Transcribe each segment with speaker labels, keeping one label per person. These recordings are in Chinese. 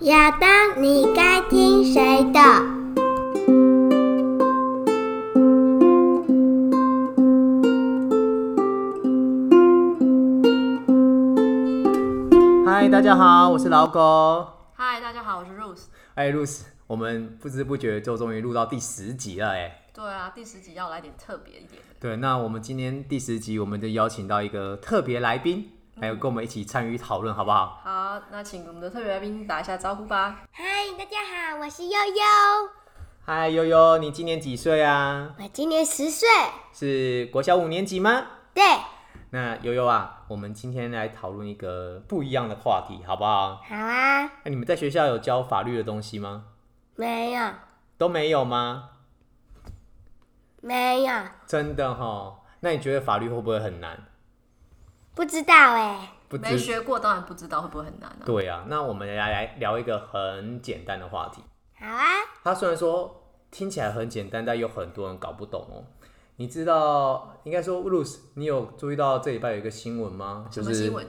Speaker 1: 亚当，你该听谁的？
Speaker 2: 嗨，大家好，我是老狗。
Speaker 3: 嗨，大家好，我是 Rose。
Speaker 2: 哎，Rose，我们不知不觉就终于录到第十集了，哎。
Speaker 3: 对啊，第十集要来点特别一点的。
Speaker 2: 对，那我们今天第十集，我们就邀请到一个特别来宾，
Speaker 3: 嗯
Speaker 2: 还有跟我们一起参与讨论，好不好？
Speaker 3: 好，那请我们的特别来宾打一下招呼吧。
Speaker 1: 嗨，大家好，我是悠悠，
Speaker 2: 嗨，悠悠，你今年几岁啊？
Speaker 1: 我今年十岁。
Speaker 2: 是国小五年级吗？
Speaker 1: 对，
Speaker 2: 那悠悠啊，我们今天来讨论一个不一样的话题，好不好？哎
Speaker 1: 好啊，
Speaker 2: 那你们在学校有教法律的东西吗？
Speaker 1: 没有，
Speaker 2: 都没有吗？
Speaker 1: 没有，
Speaker 2: 真的哈？那你觉得法律会不会很难？
Speaker 1: 不知道哎。
Speaker 2: 不
Speaker 3: 没
Speaker 2: 知
Speaker 3: 学过，当然不知道会不会很难啊。
Speaker 2: 对啊，那我们来来聊一个很简单的话题。
Speaker 1: 好啊，
Speaker 2: 它虽然说听起来很简单，但有很多人搞不懂哦。你知道，应该说 r u s 你有注意到这礼拜有一个新闻吗？就
Speaker 3: 什么
Speaker 2: 是
Speaker 3: 新闻？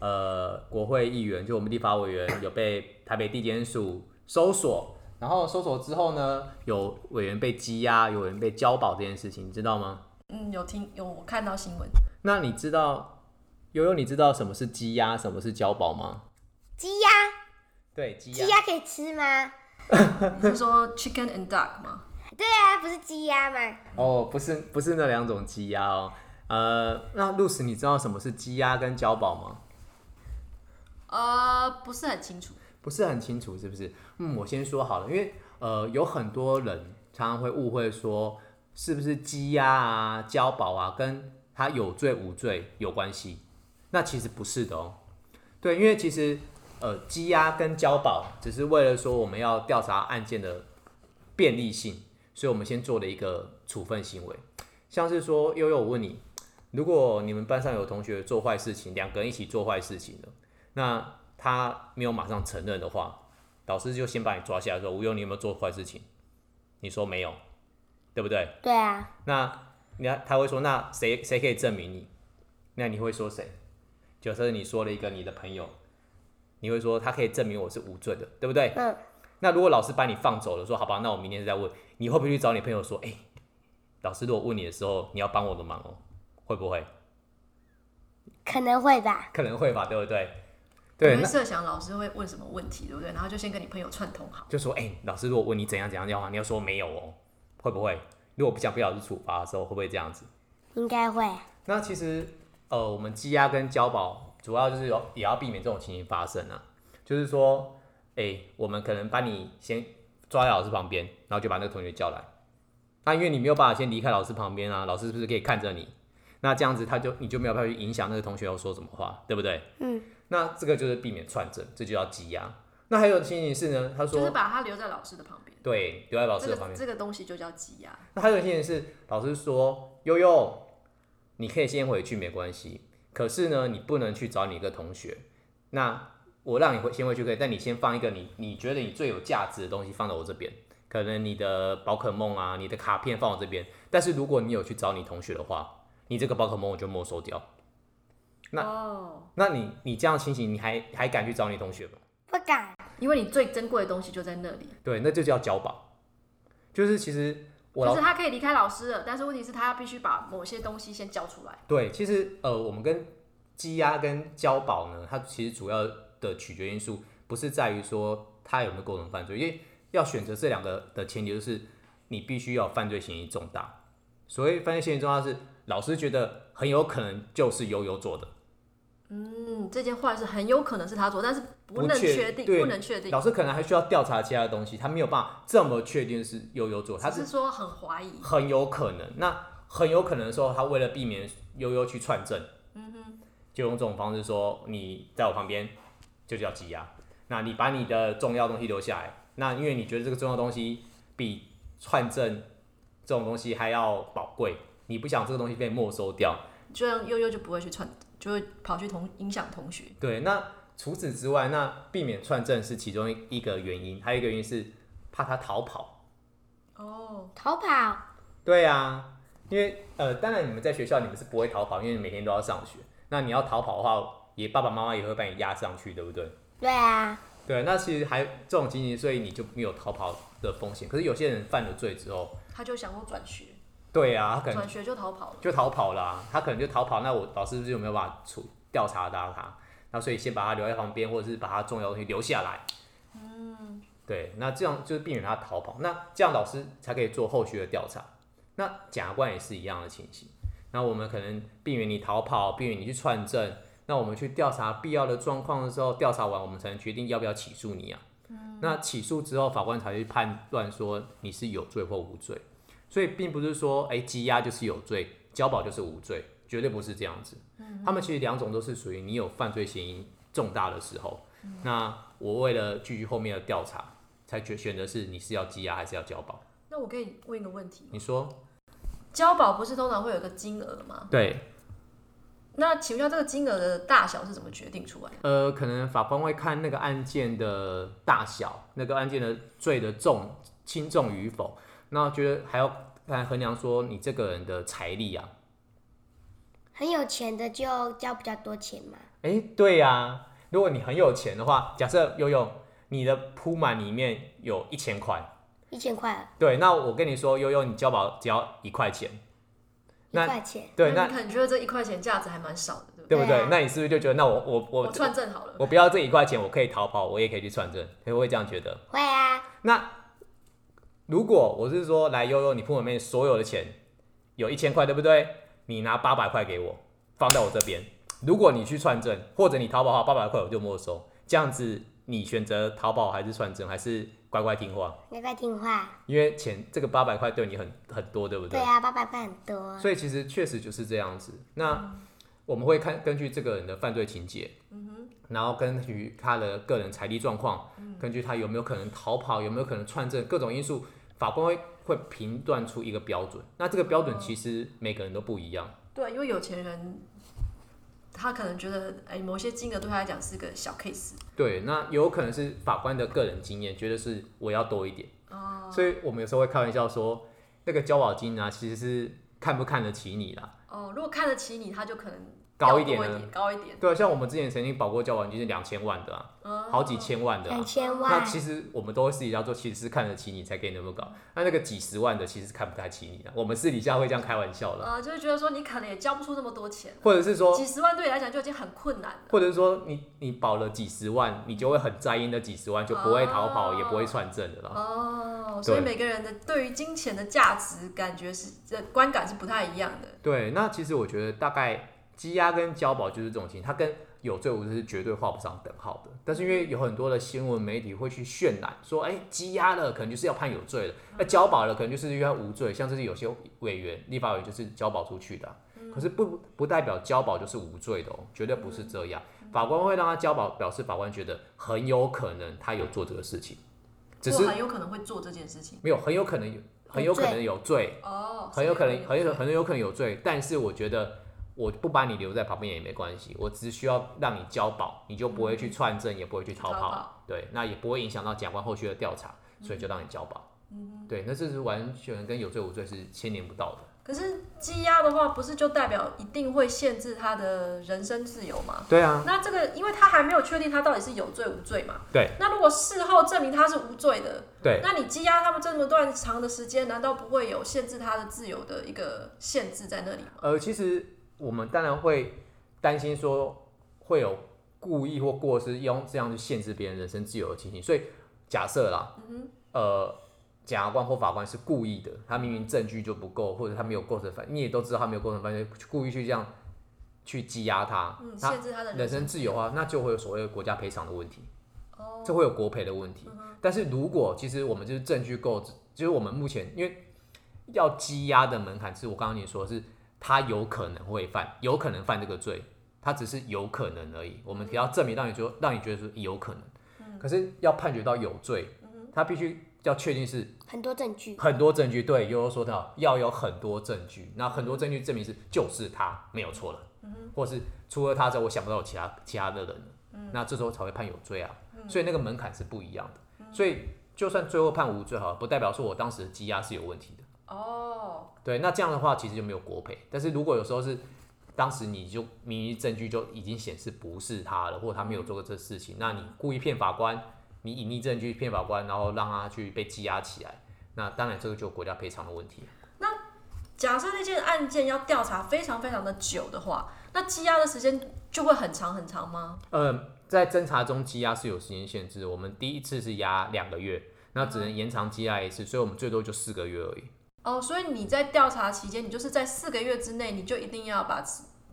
Speaker 2: 呃，国会议员，就我们立法委员，有被台北地检署搜索，然后搜索之后呢，有委员被羁押，有人被交保这件事情，你知道吗？
Speaker 3: 嗯，有听有我看到新 闻，
Speaker 2: 那你知道悠悠，你知道什么是羁押，什么是交保吗？
Speaker 1: 鸡鸭，
Speaker 2: 对，羁
Speaker 1: 鸡
Speaker 2: 押。
Speaker 1: 鸭可以吃吗？
Speaker 3: 你是说 chicken and duck 吗？
Speaker 1: 对啊，不是鸡鸭吗？
Speaker 2: 哦，不是，不是那两种羁押哦。呃，那 r u s 你知道什么是羁押跟交保吗？
Speaker 3: 呃，不是很清楚。
Speaker 2: 不是很清楚，是不是？嗯，我先说好了，因为呃，有很多人常常会误会说，是不是羁押啊、交保啊，跟他有罪无罪有关系？那其实不是的哦。对，因为其实呃，羁押跟交保只是为了说我们要调查案件的便利性，所以我们先做了一个处分行为，像是说悠悠，我问你，如果你们班上有同学做坏事情，两个人一起做坏事情了，那他没有马上承认的话，老师就先把你抓下来说，吴勇，你有没有做坏事情？你说没有，对不对？
Speaker 1: 对啊，
Speaker 2: 那你看他会说，那谁谁可以证明你？那你会说谁？假设你说了一个你的朋友，你会说他可以证明我是无罪的，对不对？
Speaker 1: 嗯，
Speaker 2: 那如果老师把你放走了，说好吧，那我明天再问，你会不会去找你朋友说，哎、老师如果问你的时候，你要帮我的忙哦，会不会？
Speaker 1: 可能会吧。
Speaker 2: 可能会吧，对不对？
Speaker 3: 你
Speaker 2: 对，
Speaker 3: 会
Speaker 2: 那
Speaker 3: 设想老师会问什么问题，对不对？然后就先跟你朋友串通好。
Speaker 2: 就说，哎、老师如果问你怎样怎样的话，你要说没有哦，会不会？如果不想被老师处罚的时候，会不会这样子？
Speaker 1: 应该会，
Speaker 2: 那其实呃，我们积压跟交保主要就是有也要避免这种情形发生啊，就是说，哎、我们可能把你先抓在老师旁边，然后就把那个同学叫来。那因为你没有办法先离开老师旁边啊，老师是不是可以看着你？那这样子他就你就没有办法去影响那个同学要说什么话，对不对？
Speaker 1: 嗯。
Speaker 2: 那这个就是避免串证，这就叫积压。那还有情形是呢，他说、
Speaker 3: 就是把它留在老师的旁边。
Speaker 2: 对留在老师
Speaker 3: 这
Speaker 2: 的旁边
Speaker 3: 个。这个东西就叫挤压。
Speaker 2: 那还有一些人是老师说悠悠，你可以先回去没关系，可是呢，你不能去找你一个同学。那我让你回先回去可以，但你先放一个你你觉得你最有价值的东西放到我这边，可能你的宝可梦啊，你的卡片放我这边。但是如果你有去找你同学的话，你这个宝可梦我就没收掉。那
Speaker 3: 哦，
Speaker 2: 那你你这样情形，你还还敢去找你同学吗？
Speaker 1: 不敢。
Speaker 3: 因为你最珍贵的东西就在那里。
Speaker 2: 对，那就叫交保。就是其实我老
Speaker 3: 就是他可以离开老师了，但是问题是，他必须把某些东西先交出来。
Speaker 2: 对，其实呃，我们跟积压跟交保呢，它其实主要的取决因素不是在于说他有没有构成犯罪，因为要选择这两个的前提就是你必须要有犯罪嫌疑重大。所谓犯罪嫌疑重大是老师觉得很有可能就是悠悠做的，
Speaker 3: 嗯，这件坏事很有可能是他做，但是不
Speaker 2: 不
Speaker 3: 能
Speaker 2: 确
Speaker 3: 确定，
Speaker 2: 对
Speaker 3: 不能确定，
Speaker 2: 老师可能还需要调查其他的东西，他没有办法这么确定是悠悠做，他
Speaker 3: 只
Speaker 2: 是
Speaker 3: 是说很怀疑。
Speaker 2: 很有可能。那很有可能的时候，他为了避免悠悠去串证，就用这种方式说：“你在我旁边，就叫羁押。那你把你的重要东西留下来，那因为你觉得这个重要东西比串证这种东西还要宝贵，你不想这个东西被没收掉。
Speaker 3: 就像悠悠就不会去串，就会跑去同影响同学。
Speaker 2: 对，那除此之外，那避免串证是其中一个原因，还有一个原因是怕他逃跑。
Speaker 3: 哦，
Speaker 1: 逃跑，
Speaker 2: 对啊，因为呃，当然你们在学校你们是不会逃跑，因为你每天都要上学。那你要逃跑的话，也爸爸妈妈也会把你压上去，对不对？
Speaker 1: 对啊，
Speaker 2: 对，那其实还这种情形，所以你就没有逃跑的风险。可是有些人犯了罪之后，
Speaker 3: 他就想过转学，
Speaker 2: 对啊，他可能
Speaker 3: 转学就逃跑了。
Speaker 2: 就逃跑啦、他可能就逃跑，那我老师就没有办法处调查到他，那所以先把他留在旁边，或者是把他重要的东西留下来。嗯，对，那这样就是避免他逃跑，那这样老师才可以做后续的调查。那检察官也是一样的情形，那我们可能避免你逃跑，避免你去串证，那我们去调查必要的状况的时候，调查完我们才能决定要不要起诉你啊。那起诉之后，法官才去判断说你是有罪或无罪。所以并不是说，哎、羁押就是有罪，交保就是无罪，绝对不是这样子。他们其实两种都是属于你有犯罪嫌疑重大的时候。那我为了继续后面的调查，才决选择是你是要羁押还是要交保。
Speaker 3: 那我可以问一个问题：
Speaker 2: 你说
Speaker 3: 交保不是通常会有个金额吗？
Speaker 2: 对？
Speaker 3: 那请问一下，这个金额的大小是怎么决定出来的？
Speaker 2: 呃，可能法官会看那个案件的大小，那个案件的罪的重轻重与否，那觉得还要看衡量说你这个人的财力啊，
Speaker 1: 很有钱的就交比较多钱嘛。
Speaker 2: 哎、对呀、如果你很有钱的话，假设悠悠你的铺满里面有一千块，
Speaker 1: 一千块，
Speaker 2: 对，那我跟你说，悠悠你交保只要一块钱，
Speaker 1: 一
Speaker 2: 那
Speaker 1: 块钱，
Speaker 2: 对，
Speaker 3: 那
Speaker 2: 那
Speaker 3: 你可能觉得这一块钱价值还蛮少的，对不对？
Speaker 2: 对不
Speaker 1: 对
Speaker 2: 对
Speaker 1: 啊？
Speaker 2: 那你是不是就觉得，那我我
Speaker 3: 我
Speaker 2: 我
Speaker 3: 串证好了，
Speaker 2: 我不要这一块钱，我可以逃跑，我也可以去传证，可不会这样觉得？
Speaker 1: 会啊，
Speaker 2: 那如果我是说，来悠悠，你铺满里面所有的钱有一千块，对不对？你拿八百块给我，放到我这边。 如果你去串证，或者你淘宝好八百块，我就没收。这样子，你选择淘宝还是串证，还是乖乖听话？
Speaker 1: 乖乖听话。
Speaker 2: 因为钱这个八百块对你很很多，对不
Speaker 1: 对啊，八百块很多，
Speaker 2: 所以其实确实就是这样子。那我们会看根据这个人的犯罪情节，然后根据他的个人财力状况，根据他有没有可能逃跑，有没有可能串证，各种因素，法官会会评断出一个标准。那这个标准其实每个人都不一样，
Speaker 3: 对，因为有钱人他可能觉得，哎，某些金额对他来讲是个小 case，
Speaker 2: 对，那有可能是法官的个人经验，觉得是我要多一点。哦，所以我们有时候会开玩笑说，那个交保金啊，其实是看不看得起你啦。
Speaker 3: 哦，如果看得起你，他就可能
Speaker 2: 高
Speaker 3: 要
Speaker 2: 一点
Speaker 3: 多
Speaker 2: 呢
Speaker 3: 点，高一点，嗯
Speaker 2: 对啊，像我们之前曾经保过交保金是两千万的啊，好几千万的、啊
Speaker 1: 两。千
Speaker 2: 那
Speaker 1: 万，
Speaker 2: 其实我们都会私底下做，其实是看得起你才给你那么高。那那个几十万的其实看不太起你的，我们私底下会这样开玩笑了，
Speaker 3: 呃，就是觉得说你可能也交不出那么多钱，
Speaker 2: 或者是说，
Speaker 3: 几十万对你来讲就已经很困难了。
Speaker 2: 或者是说你你保了几十万，你就会很在意那几十万，就不会逃跑，也不会串证的了。
Speaker 3: 哦，所以
Speaker 2: 对
Speaker 3: 每个人的对于金钱的价值感觉是呃观感是不太一样的。
Speaker 2: 对，那其实我觉得大概积压跟交保就是这种情，它跟有罪无罪是绝对画不上等号的。但是因为有很多的新闻媒体会去渲染说，哎、积压了可能就是要判有罪了，那交保了可能就是因为他无罪，像这是有些委员、立法委员就是交保出去的啊、可是不不代表交保就是无罪的哦，绝对不是这样。法官会让他交保，表示法官觉得很有可能他有做这个事情，只
Speaker 3: 我
Speaker 2: 是
Speaker 3: 很有可能会做这件事情。
Speaker 2: 没有很有可能有很有可能有罪，
Speaker 3: 哦，
Speaker 2: 很有可能，
Speaker 3: 所
Speaker 2: 很
Speaker 3: 以
Speaker 2: 有很有可能有罪，但是我觉得我不把你留在旁边也没关系，我只需要让你交保，你就不会去串证，也不会去逃
Speaker 3: 逃
Speaker 2: 跑
Speaker 3: 跑，
Speaker 2: 对，那也不会影响到检察官后续的调查，所以就让你交保。对，那这是完全跟有罪无罪是牵连不到的。
Speaker 3: 可是羁押的话，不是就代表一定会限制他的人身自由吗？
Speaker 2: 对啊，
Speaker 3: 那这个，因为他还没有确定他到底是有罪无罪嘛。
Speaker 2: 对。
Speaker 3: 那如果事后证明他是无罪的，
Speaker 2: 对，
Speaker 3: 那你羁押他们这么段长的时间，难道不会有限制他的自由的一个限制在那里吗？
Speaker 2: 呃，其实我们当然会担心说会有故意或过失用这样去限制别人人身自由的情形，所以假设啦，呃，检察官或法官是故意的，他明明证据就不够，或者他没有构成犯，你也都知道他没有构成犯罪，故意去这样去羁押他，
Speaker 3: 嗯，
Speaker 2: 他
Speaker 3: 限制他的
Speaker 2: 人
Speaker 3: 身
Speaker 2: 身自由啊，那就会有所谓的国家赔偿的问题，
Speaker 3: 哦
Speaker 2: 这会有国赔的问题。
Speaker 3: 嗯
Speaker 2: 但是如果其实我们就是证据够，就是我们目前因为要羁押的门槛是我刚刚你说是他有可能会犯，有可能犯这个罪，他只是有可能而已。我们只要证明让你说让你觉得说有可能，
Speaker 3: 嗯
Speaker 2: 可是要判决到有罪，他必须要确定是
Speaker 1: 很多证据，
Speaker 2: 很多证据。对，悠悠说到要有很多证据，那很多证据证明是就是他没有错了，或是除了他之后，我想不到有其他其他的人了，那这时候才会判有罪啊。所以那个门槛是不一样的。所以就算最后判无罪好了，不代表说我当时的羁押是有问题的。
Speaker 3: 哦，
Speaker 2: 对，那这样的话其实就没有国赔。但是如果有时候是当时你就明明证据就已经显示不是他了，或者他没有做过这事情，那你故意骗法官，你隐匿证据骗法官，然后让他去被羁押起来，那当然这个就有国家赔偿的问题。
Speaker 3: 假设那件案件要调查非常非常的久的话，那羁押的时间就会很长很长吗？
Speaker 2: 呃，在侦查中羁押是有时间限制，我们第一次是押两个月，那只能延长羁押一次，所以我们最多就四个月而已。
Speaker 3: 哦，所以你在调查期间，你就是在四个月之内，你就一定要把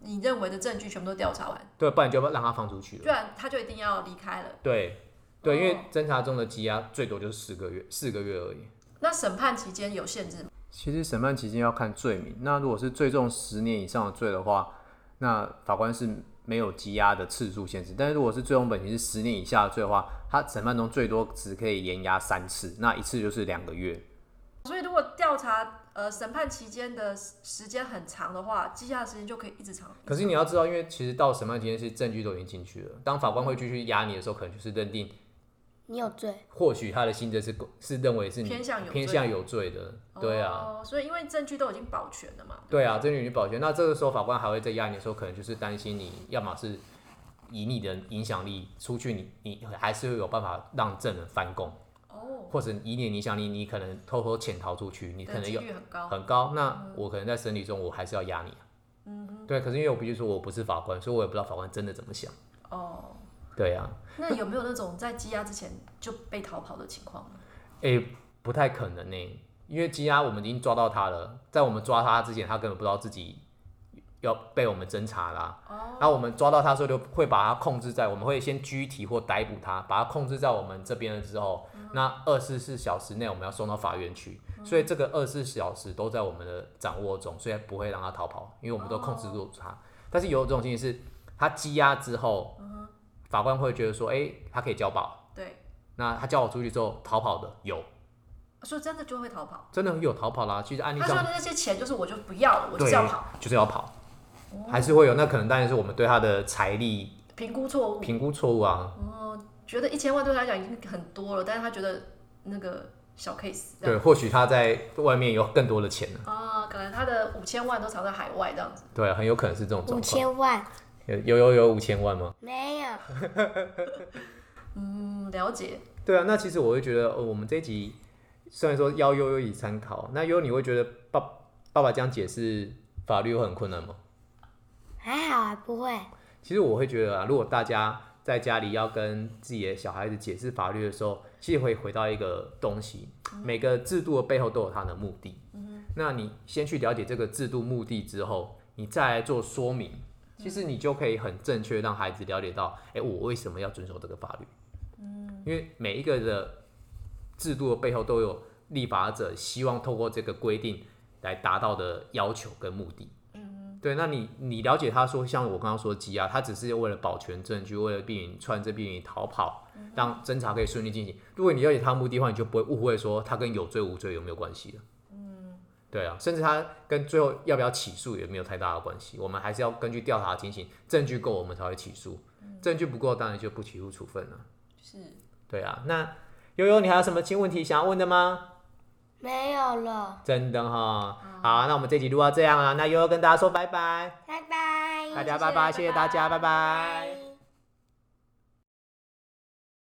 Speaker 3: 你认为的证据全部都调查完，
Speaker 2: 对，不然就要让他放出去
Speaker 3: 不
Speaker 2: 了。
Speaker 3: 然他就一定要离开了。
Speaker 2: 对，对，因为
Speaker 3: 哦
Speaker 2: 侦查中的羁押最多就是四个月，四个月而已。
Speaker 3: 那审判期间有限制吗？
Speaker 4: 其实审判期间要看罪名，那如果是最重十年以上的罪的话，那法官是没有羁押的次数限制。但是如果是最重本刑是十年以下的罪的话，他审判中最多只可以延押三次，那一次就是两个月。
Speaker 3: 所以如果调查呃审判期间的时时间很长的话，羁押的时间就可以一直长。
Speaker 2: 可是你要知道，因为其实到审判期间是证据都已经进去了，当法官会继续押你的时候，可能就是认定
Speaker 1: 你有罪。
Speaker 2: 或许他的心证是是认为是你
Speaker 3: 偏向有罪
Speaker 2: 偏向有罪的，对啊，
Speaker 3: 哦，所以因为证据都已经保全了嘛。
Speaker 2: 对啊，证据已经保全。那这个时候法官还会再压你的时候，可能就是担心你要么是以你的影响力出去你，你还是会有办法让证人翻供，
Speaker 3: 哦，
Speaker 2: 或者以你的影响力，你可能偷偷潜逃出去，你可
Speaker 3: 的
Speaker 2: 能
Speaker 3: 几
Speaker 2: 有
Speaker 3: 率很高。嗯
Speaker 2: 很高。那我可能在审理中，我还是要压你、啊。嗯，对，可是因为我必须说我不是法官，所以我也不知道法官真的怎么想。
Speaker 3: 哦，
Speaker 2: 对啊，
Speaker 3: 那有没有那种在羁押之前就被逃跑的情况呢？
Speaker 2: 诶、不太可能呢、因为羁押我们已经抓到他了，在我们抓他之前，他根本不知道自己要被我们侦查啦。
Speaker 3: 哦，
Speaker 2: 那、我们抓到他的时候，就会把他控制在，我们会先拘提或逮捕他，把他控制在我们这边了之后，那二十四小时内我们要送到法院去，所以这个二十四小时都在我们的掌握中，所以不会让他逃跑，因为我们都控制住他。但是有一种情形是，他羁押之后，法官会觉得说，诶，他可以交保。
Speaker 3: 对，
Speaker 2: 那他交我出去之后逃跑的有，
Speaker 3: 说真的就会逃跑。
Speaker 2: 真的有逃跑啦。其实案例
Speaker 3: 他说
Speaker 2: 上
Speaker 3: 的那些钱就是我就不要了，我就
Speaker 2: 对
Speaker 3: 是要跑。哦
Speaker 2: 就是要跑，还是会有。那可能当然是我们对他的财力
Speaker 3: 评估错误，
Speaker 2: 评估错误啊。
Speaker 3: 嗯觉得一千万对他来讲已经很多了，但是他觉得那个小 case 这
Speaker 2: 对，
Speaker 3: 样。
Speaker 2: 或许他在外面有更多的钱呢。
Speaker 3: 啊，可能他的五千万都藏在海外这样子。
Speaker 2: 对，啊很有可能是这种
Speaker 1: 五
Speaker 2: 状况。
Speaker 1: 千万
Speaker 2: 有有有有五千万吗？
Speaker 1: 没有，
Speaker 3: 嗯，了解。
Speaker 2: 对啊，那其实我会觉得，呃，我们这一集虽然说要悠悠以参考，那悠悠你会觉得爸爸爸这样解释法律会很困难吗？
Speaker 1: 还好啊，不会。
Speaker 2: 其实我会觉得啊，如果大家在家里要跟自己的小孩子解释法律的时候，其实会回到一个东西，每个制度的背后都有它的目的。那你先去了解这个制度目的之后，你再来做说明，其实你就可以很正确地让孩子了解到，哎、我为什么要遵守这个法律？因为每一个的制度的背后都有立法者希望透过这个规定来达到的要求跟目的。对，那你你了解他说，像我刚刚说羁押，他只是为了保全证据，为了避免串证、避免逃跑，让侦查可以顺利进行。如果你了解他的目的的话，你就不会误会说他跟有罪无罪有没有关系了。嗯，对啊，甚至他跟最后要不要起诉也没有太大的关系。我们还是要根据调查情形，证据够我们才会起诉，证据不够当然就不起诉处分了。
Speaker 3: 是，
Speaker 2: 对啊，那悠悠，你还有什么新问题想要问的吗？
Speaker 1: 没有了，
Speaker 2: 真的哈，好，那我们这集录到这样啊，那悠悠跟大家说拜拜，
Speaker 1: 拜拜。
Speaker 2: 大家拜拜，谢
Speaker 3: 谢谢
Speaker 2: 谢大家，拜拜
Speaker 1: 拜